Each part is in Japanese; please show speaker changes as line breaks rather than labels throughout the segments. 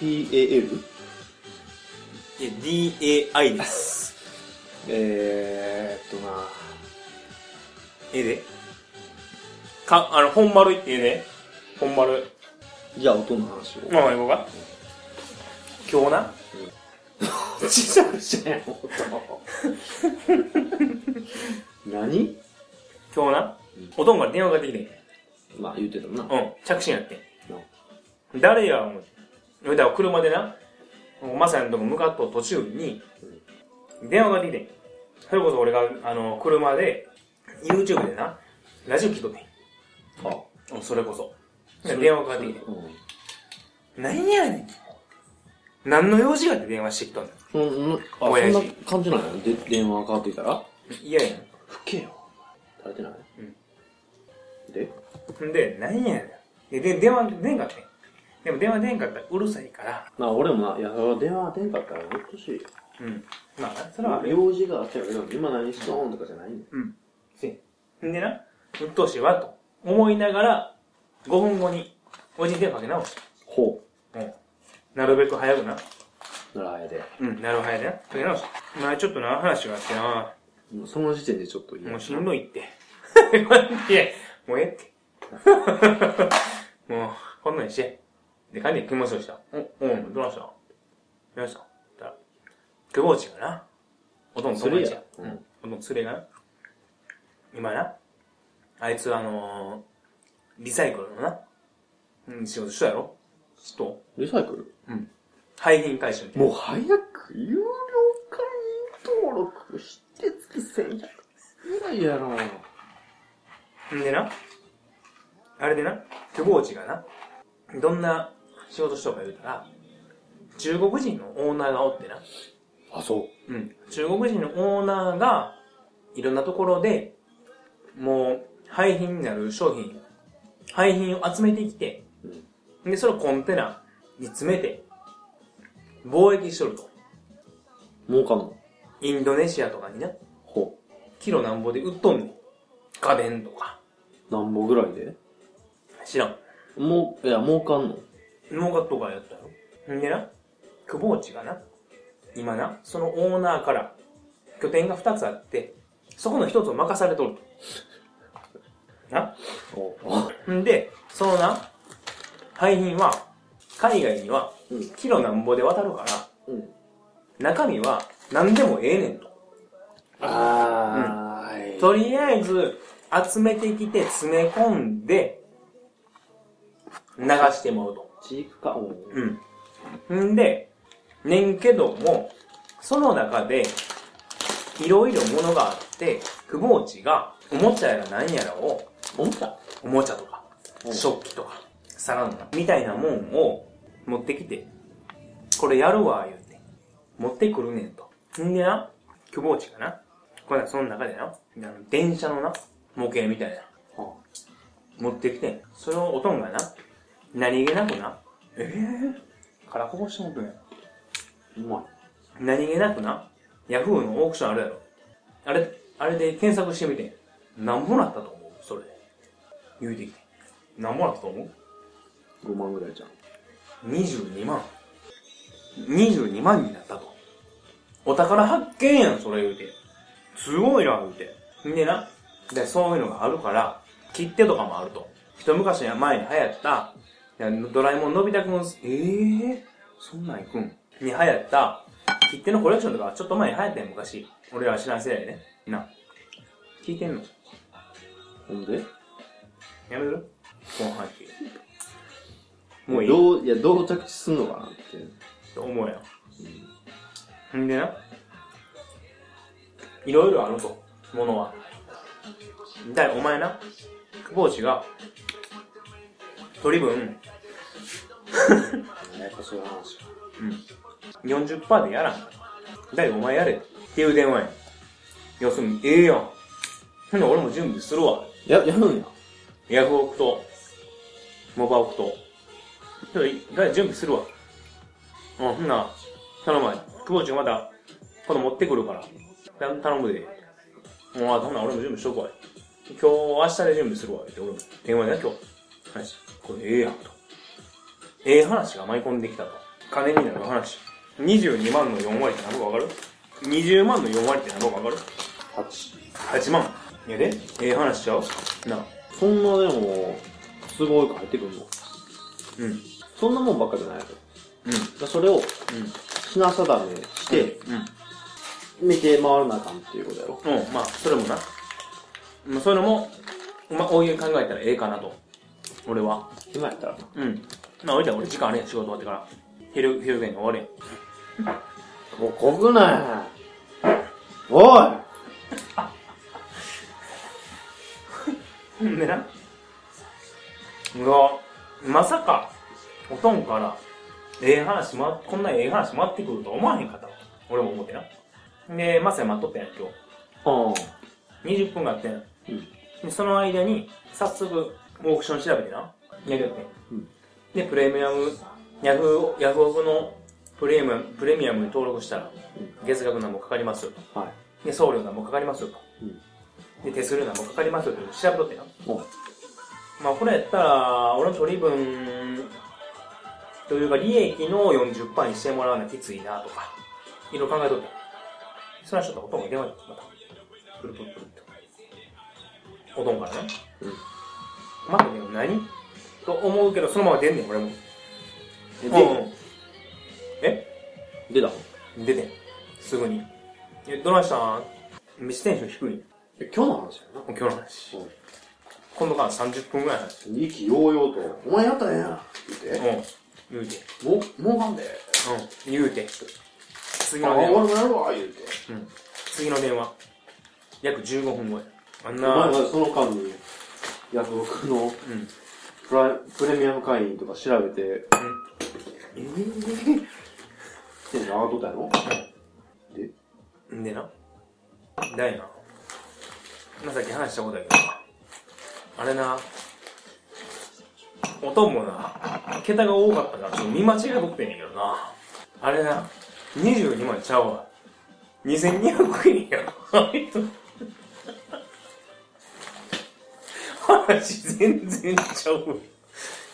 PAL?
いや DAI です
えー、っとな
えでかあの本丸いってえで本丸
じゃあ音の話を。
まあまあ行こうか今日な
小さくしてん音。何
今日なおとんから電話がかかってきて
まあ言うてたな。
うん着信やって
な
誰や思ってほいだから車でなまさにのとこ向かっとう途中に電話がかかってきてそれこそ俺があの車で YouTube でなラジオ聞いとって
あ
んそれこそ電話がかかってきて
うん。
何やねん何の用事があって電話してきたんだ
そんな、あ、そ
親
ん
父
な感じなんや。で、電話かかってきたら
嫌やや
吹けよ。垂れてないで
んんで何やねんでで電話出んかったんでも電話出んかったらうるさいから
なあ、俺もな、いや、それは電話出んかったらうっとしいよ。
うんまあなそれはあるよ
用事があったけど、今何しとんとかじゃないんだよ。
うんせんでなうっとうしいわと思いながら5分後におじいに電話かけ直し
ほ
たうんなるべく早くな
う。ならあやで。
うんなる早くなかけ直したまあちょっとな話があってな
もうその時点でちょっと嫌
もうし
なん
どいって。いや、もうええって。もう、こんなんにして。で、感じで気持ちをした。お、おん、どうなんしたどうなんしたたら、久保内がな、おとん友達や。
連
う
れや
ん。おとん連れがな、今な、あいつあのー、リサイクルのな、うん、仕事したやろちょっと、
リサイクル
廃品回収みたいな。
もう早く有料会員登録して月1100ぐらいやろ。
んでな、あれでな、久保内がな、どんな仕事しとるか言うたら、中国人のオーナーがおってな、
あ、そ
うん、中国人のオーナーが、いろんなところで、もう、廃品になる商品、廃品を集めてきて、
う。
で、それをコンテナに詰めて、貿易しとると。
儲かんの
インドネシアとかにな、
ほ
キロなんぼで売っとんねん。家電とか。
う。なんぼぐらいで
知らん。
もう、いや、儲かんの
農学とかやったよ。んでな、久保内がな、今な、そのオーナーから、拠点が二つあって、そこの一つを任されとると。な
ほ
んで、そのな、廃品は、海外には、
う。うん。
キロなんぼで渡るから、
うん。
中身は何でもええねんと。
あー、はい
とりあえず、集めてきて詰め込んで、流してもらうと。
チークか。うん
うん。んで、ねんけども、その中で、いろいろものがあって、久保内が、おもちゃやら何やらを、
思った
おもちゃとか
う、ん
食器とか、皿のなみたいなもんを持ってきて、これやるわ、言うて。持ってくるねんと。んでな、久保内がな、これなその中でな、あの電車のな、模型みたいな、
は
持ってきてんそれをおとんがな、何気なくな、えぇ、からこぼしてもくんや。
うまい。
何気なくな、ヤフーのオークションあるやろ。あれ、あれで検索してみて。なんぼなったと思うそれで。言うてきて。なんぼなったと思う
5万ぐらいじゃん。
?22 万。22万になったと。お宝発見やん、それ言うて。すごいな、言うて。んでな、で、そういうのがあるから、切手とかもあると。一昔前に流行った、いやドラえもんのび太くん、ええー、そんなん行くんに流行った、切手のコレクションとか、ちょっと前に流行ったよ、昔。俺らは知らん世代ね。な。聞いてんの
ほんで
やめる後半期。もういい
どう、いや、どう着地すんのかなって。
と思うやん。んでな、いろいろあると、ものは。だい、お前な、久保内が、取り分、
やっぱそういう話
40%でやらんから。だい、お前やれ。っていう電話やん。要するに、ええやん。ほんで、俺も準備するわ。
や、やるんや。
ヤフオクと、モバオクと。ちょっと一回準備するわ。うん、ほんなら、頼むわ。久保ちゃんまた、今度持ってくるから。頼頼むで。もう、あほんなら俺も準備しとくわ。今日、明日で準備するわ。って俺も、電話でな、今日。話。これ、ええやん、と。ええ話が舞い込んできたと。金になる話。22万の4割って何ぼか分かる ?20 万の4割って何ぼか分かる
八。
?8 万。いやで、ええ話しちゃうなあ。
そんなでも、都合よく入ってくるの。
うん。うん。
そんなもんばっかじゃないと。だそれを品定めして、
うん。
見て回らなあかんっていうことやろ。
うん。うん、まあ、それもな。まあ、そういうのも、まあ、おいおい考えたらええかなと。俺は。
今やったらな。
うん。まあ、俺じゃ俺時間あるやん、仕事終わってから。昼、昼ぐらいに終わるやん。
もうこぐなおい
ほんでな。うわ、まさか、おとんから、ええ話ま、こんなええ話回ってくると思わへんかったわ。俺も思ってな。で、まさに待っとったんや、今
うん。
日。20分があってん。
うん
で、その間に、早速、オークション調べてな。やるや
うん
で、プレミアム、ヤフー、ヤフオクのプレミアム、プレミアムに登録したら、月額なんぼかかりますよと。
はい。
で、送料なんぼかかりますよと。
うん
で、手数料なんぼかかりますよと調べとってな。
おう
まあこれやったら、俺の取り分というか利益の40%にしてもらうのはきついなとか、いろいろ考えとった。それはちょっとおとんが電話にまた、プルプルプルって。おとんからね。
うん。
またね、何と思うけど、そのまま出んねん、俺も。
え
うんうんえ
で、出た
出てん。すぐに。え、どないしたん飯テンション低いねん。
え今日の話やな。
もう今日の話。
うん
今度から30分ぐらいの話。
意気揚々と、お前やったらええやんって
う
言っ
ん。言うて。
て、もう、もうかんで。
うん。言うて。次
あ、
の
俺
電話。
もやるわ、言うて。
うん。次の電話。約15分後や。あん
お前
な
ま、でその間に、ヤフオクの
うん。
プラプレミアム会員とか調べて、テ
え
ンション上が っとったやろで、
えんでな。だいな。まあ、さっき話したことやけどな。あれな。おとんもな、桁が多かったから、ちょっと見間違いとってんやけどな。あれな、22万ちゃうわ。2200円や。あれと。 話全然ちゃうわ。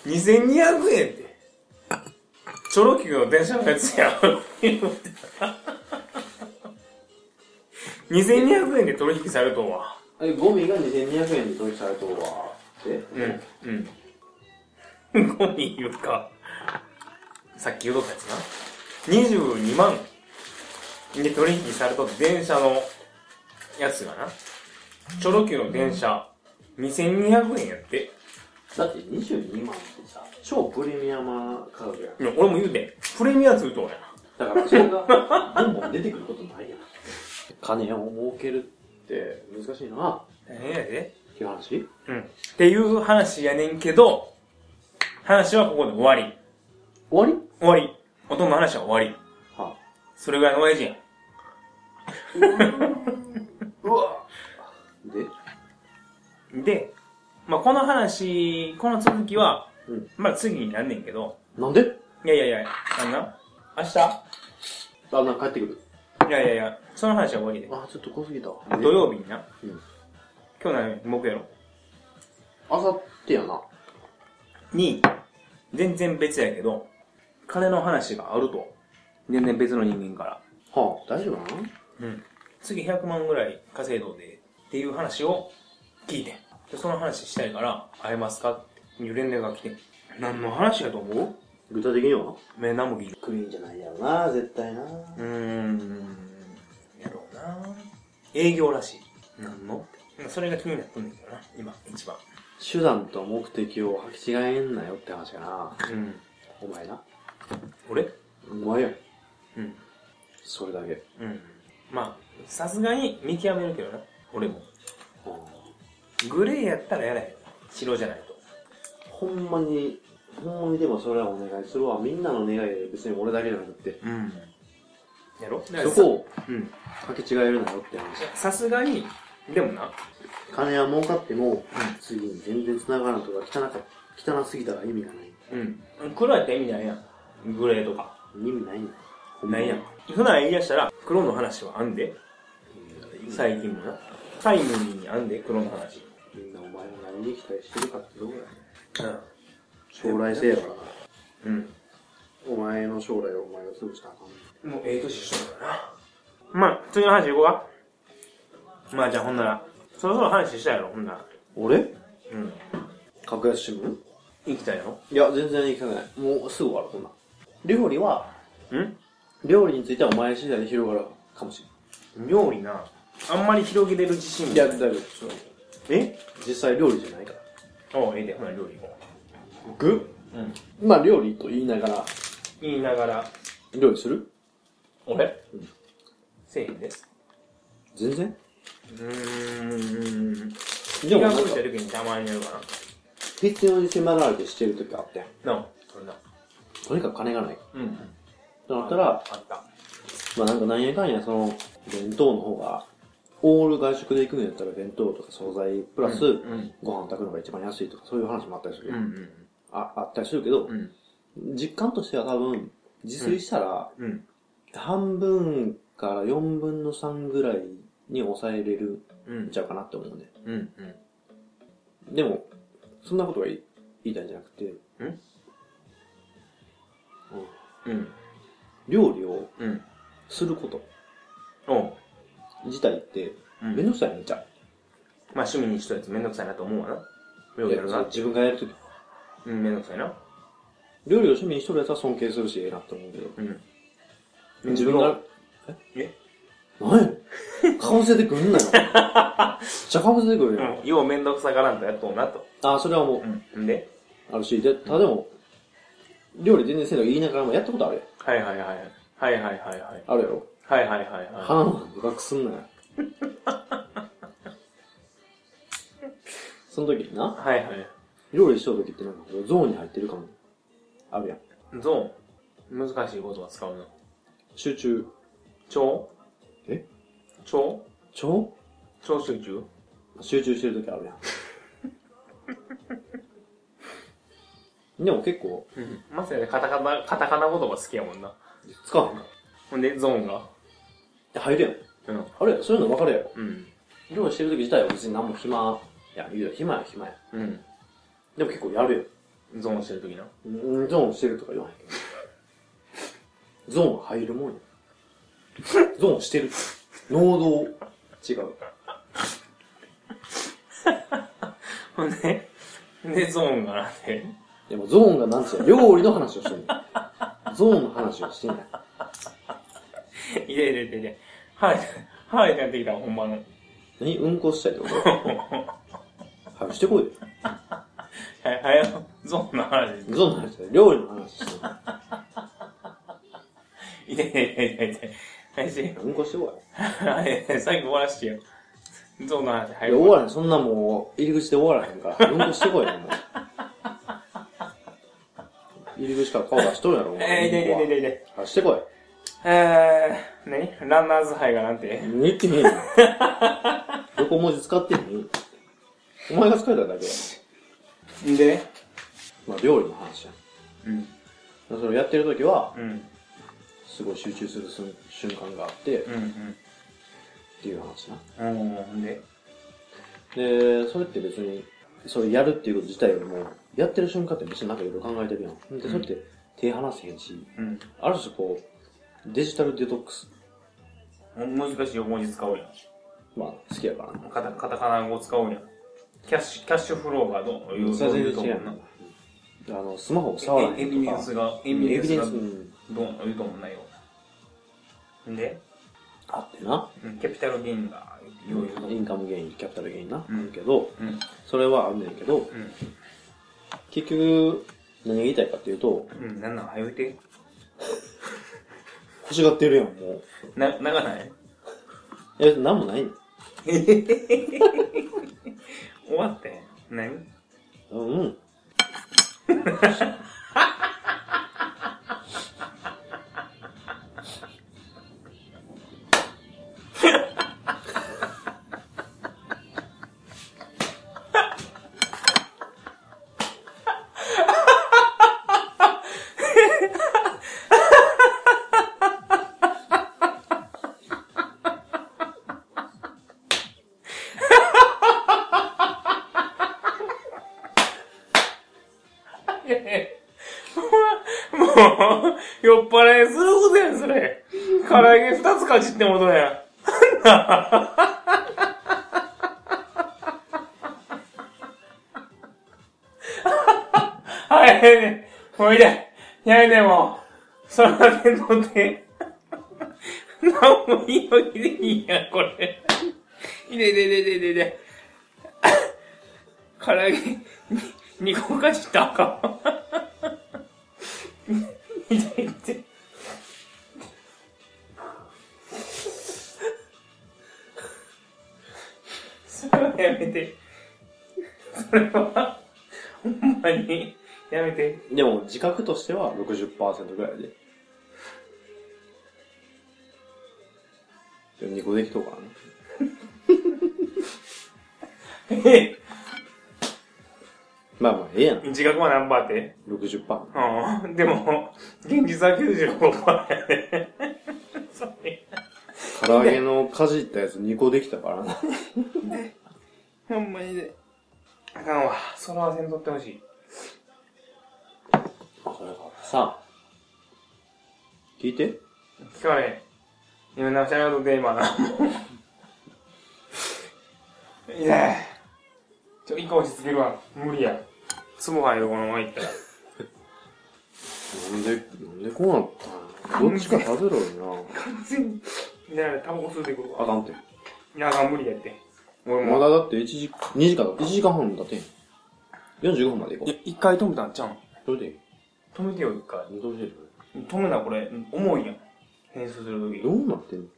2200円って。チョロ Q の電車のやつや。2200円で取引されるとは。
え、ゴミが2200円で取引されとるわ。で、
うん。うん。ゴミ言うか。さっき言うとったやつな。22万で取引されとった電車のやつがな。チョロ Q の電車、2200円やって。
だって22万ってさ、超プレミアム価格やん。
いや俺も言うて、プレミアつうとはや
だからそれが、どんどん出てくることないやん。金を儲けるって難しいな、
な。ええやで。
っていう話
うん。っていう話やねんけど、話はここで終わり。
終わ
終わり。おとんの話は終わり。
りは
それぐらいの親父やん。
うわで
で、まあ、この話、この続きは、
うん
まあ、次になんねんけど、
なんで
いやいやいや、あのな、明日
あ、なんか帰ってくる。
いやいやいや、その話は終わりで。
あ、ちょっと濃すぎたわ。
土曜日にな。
うん
今日何木やろ
あさってやな。
に、全然別やけど、金の話があると。全然別の人間から。
はあ、大丈夫なの
うん。次100万ぐらい稼いどうで、っていう話を聞いてんで、その話したいから、会えますかっていう連絡が来てん。何の話やと思う
具体的にはな。
目何も聞いてない
クリーンじゃないやろな、絶対な。
うーん、やろうな営業らしい。なんのってそれが気になってんだけどな、今、一番。
手段と目的を履き違えんなよって話やな。
うん。
お前な。
俺
お前や。
うん。
それだけ。
うん。まあ、さすがに見極めるけどな、俺も。
はあ
グレーやったらやらへん。白じゃないと。
ほんまに、ほんまにでもそれはお願いするわ。みんなの願いで別に俺だけじゃなくて。
うん。やろ
そこを
うん。
履き違えるなよって話。
さすがに、でもな、
金は儲かっても、次に全然繋がらんとか汚か、汚すぎたら意味がない。
うん。黒やったら意味ないやん。グレーとか。
意味ないんだよ。ほんま
な
に
いやん。。普段言い出したら、黒の話はあんで、最近もな。タイムリーにあんで、黒の話。
みんなお前も何に期待してるかってどこだよ。
うん。
将来性やからな。
うん。
お前前の将来をお前が潰したらあかんね
もうええ年しとるからな。まあ、次の話行こうか。まあじゃあほんなら、そろそろ話したやろ、ほんなら。
俺
うん。
格安新聞
行きたいやろ
いや、全然いかない。もうすぐ終わる、こんなん。料理は、
うん
料理についてはお前次第で広がるかもし
料理な。あんまり広げれる自信
れ
も
ん。いや、だ
な
いぶ、そう
え
実際料理じゃないから。
おう、ええで、ほな料理行こ
僕
う。うん。
まあ、料理と言いながら、
言いながら、
料理する
俺、
うん
せえへんで。
全然
うーん。
で
気
もな
が
ん
向
か
いた時にたまにやるか
必要に迫られてしてる時あってん
な。なあ、それな。
とにかく金がない。
うん。
だったら、
あった。
まあなんかなんやかんやその、弁当の方が、オール外食で行くんやったら弁当とか惣菜プラス、
うん
ご飯炊くのが一番安いとかそういう話もあったりする
う
よ、
ん
ああったりするけど
う、ん。
実感としては多分、自炊したら、
うん。
半分から4分の3ぐらいに抑えれる
うん
んちゃうかなって思うね。
うん。うん。
でも、そんなことが言い言いたいんじゃなくて、うん
うん。
料理を
うん。
すること
おう。
自体って、
うん
めんどくさいねんちゃう。
まあ趣味にしとるやつめんどくさいなと思うわな。料理やる
そう
な。
自分がやるとき。
うん、めんどくさいな。
料理を趣味にしとるやつは尊敬するし、ええなって思うけど。
うん。
自分が、
え
何やかぶせてくんなよ。めっちゃかぶせてくるよ。
うん。ようめんどくさがらんとやっとうなと。
あ、それはもう、
うん。で
あるし、で、ただでも、料理全然せんの言いながらもやったことあるやん
はいはいはい。はいはいはいはい。
あるやろ。
はいはいはいは。、
鼻の深くすんなよ。 その時にない
はいはい。
料理しとる時ってなんかこうゾーンに入ってるかも。あるやん。
ゾーン。難しい言葉使うな。
集中。
超
え
超
超
超集中
集中してる時あるや ん。でも結構、
うん。まさにカタカナ、カタカナ言葉好きやもんな。
使わへんか
ほんで、ゾーンが。
ら。入るやん。
うん。
あれそういうの分かるやろ。
うん。
料理してる時自体は別に何も暇。いや、言うよ。暇や、暇や。
う
でも結構やるよ。
ん。ゾーンしてるときな。
うんゾーンしてるとか言わないけど。ゾーン入るもんや。ゾーンしてる。能動。違う。
ほんで、で、ゾーンがなんで。
でもゾーンがなんつうの料理の話をしてんの。ゾーンの話をしてない。
いやいやいやいや。はい。はい、なってきた、ほんまの。
何うんこしたいってこと早くしてこいよ。
はい、はよ、ゾーンの話。
ゾーンの話じゃない料理の話してない
いやいやいやいやいや。はい、し、
うんこしてこ
はい、最後終わらしてよ。ゾーンの
い。
話、はいい。
や、終わらへん。そんなもう、入り口で終わらへんから。うんこしてこいよ、もう。入り口から顔出しとるやろ、お
えー、
前。
いやいやいやいやい
出してこい。
や。えー、何ランナーズハイがなんて。
言って ねえよ。横文字使ってんのお前が使えただけだ。
んで
まあ、料理の話やん。
うん。
それをやってる時は、
うん。
すごい集中する瞬瞬間があって、っ
うん。
ていう話な。
うん。うん。で
で、それって別に、それやるっていうこと自体よりも、やってる瞬間って別になんかいろいろ考えてるやん。で、それって手離せへんし、
うん。
ある種こう、デジタルデトックス。
難しい横文字使おうやん。
まあ、好きやからな。
カタカタカナ語使おうやん。キャッシュ、キャッシュフローがどういう
それは
どうい
全
うと
然
思
違
う
うやん。あの、スマホを触らへん
な。
と
え
か。
エビデンスが、エ
エ
ビ
ビ
デン
デ
ス
ン
が
ス、うん
どういうと思うないよ。で、
あってな。
うんキャピタルゲインが、よう言うと思う
インカムゲイン、キャピタルゲインな、
うん
あるけど、
うん。うん。
それはあんねんけど、結局、何が言いたいかっていうと、
うん。なんなん、早いて。
欲しがってるやん、もう。
な、ながない
え、なんもないねん。
終わって。何
うん。
いやい 酔っ払いすることやん、それ。唐揚げ二つかじってもどう やん。はい、ね、もういいで。やいでもう、それだけ飲ん で。なんもいいのにでいいやん、これ。いでいでいでいでいでいで。唐揚げ、に2個かじったらあかん。いていて。それはやめて。それは、ほんまに、やめて。
でも、自覚としては60%ぐらいで。でも2個できとうからね。
え
まあまあ、ええやん。
自覚は何パーって
60%。
うん。でも、現実は95%パーやね。 それ
唐揚げのかじったやつ2個できたからな。
ほんまにで。あかんわ。そのはせんとってほしい。
それからさ、聞いて
聞かれへん。今なしゃべるとで今な。 いやちょ、一個落ち着けるわ。無理や。ツボ入るこのままいったら。
なんで、なんでこうなったんどっちか食べろよ
完全に。 いや、タバコ吸うてくる
な。あ
わ。
かんて。
いや、あかん無理やって。俺
ま
も。
だだって1時、2時間か、1時間半も経てん。45分まで行こう。、
一回止めたんちゃうん
それでいい
止めてよ、一回。
どうしてる
止めな、これ。重いやん。編集するとき
ど。うなってんの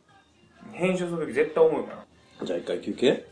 編集するとき絶対重いから。
じゃあ一回休憩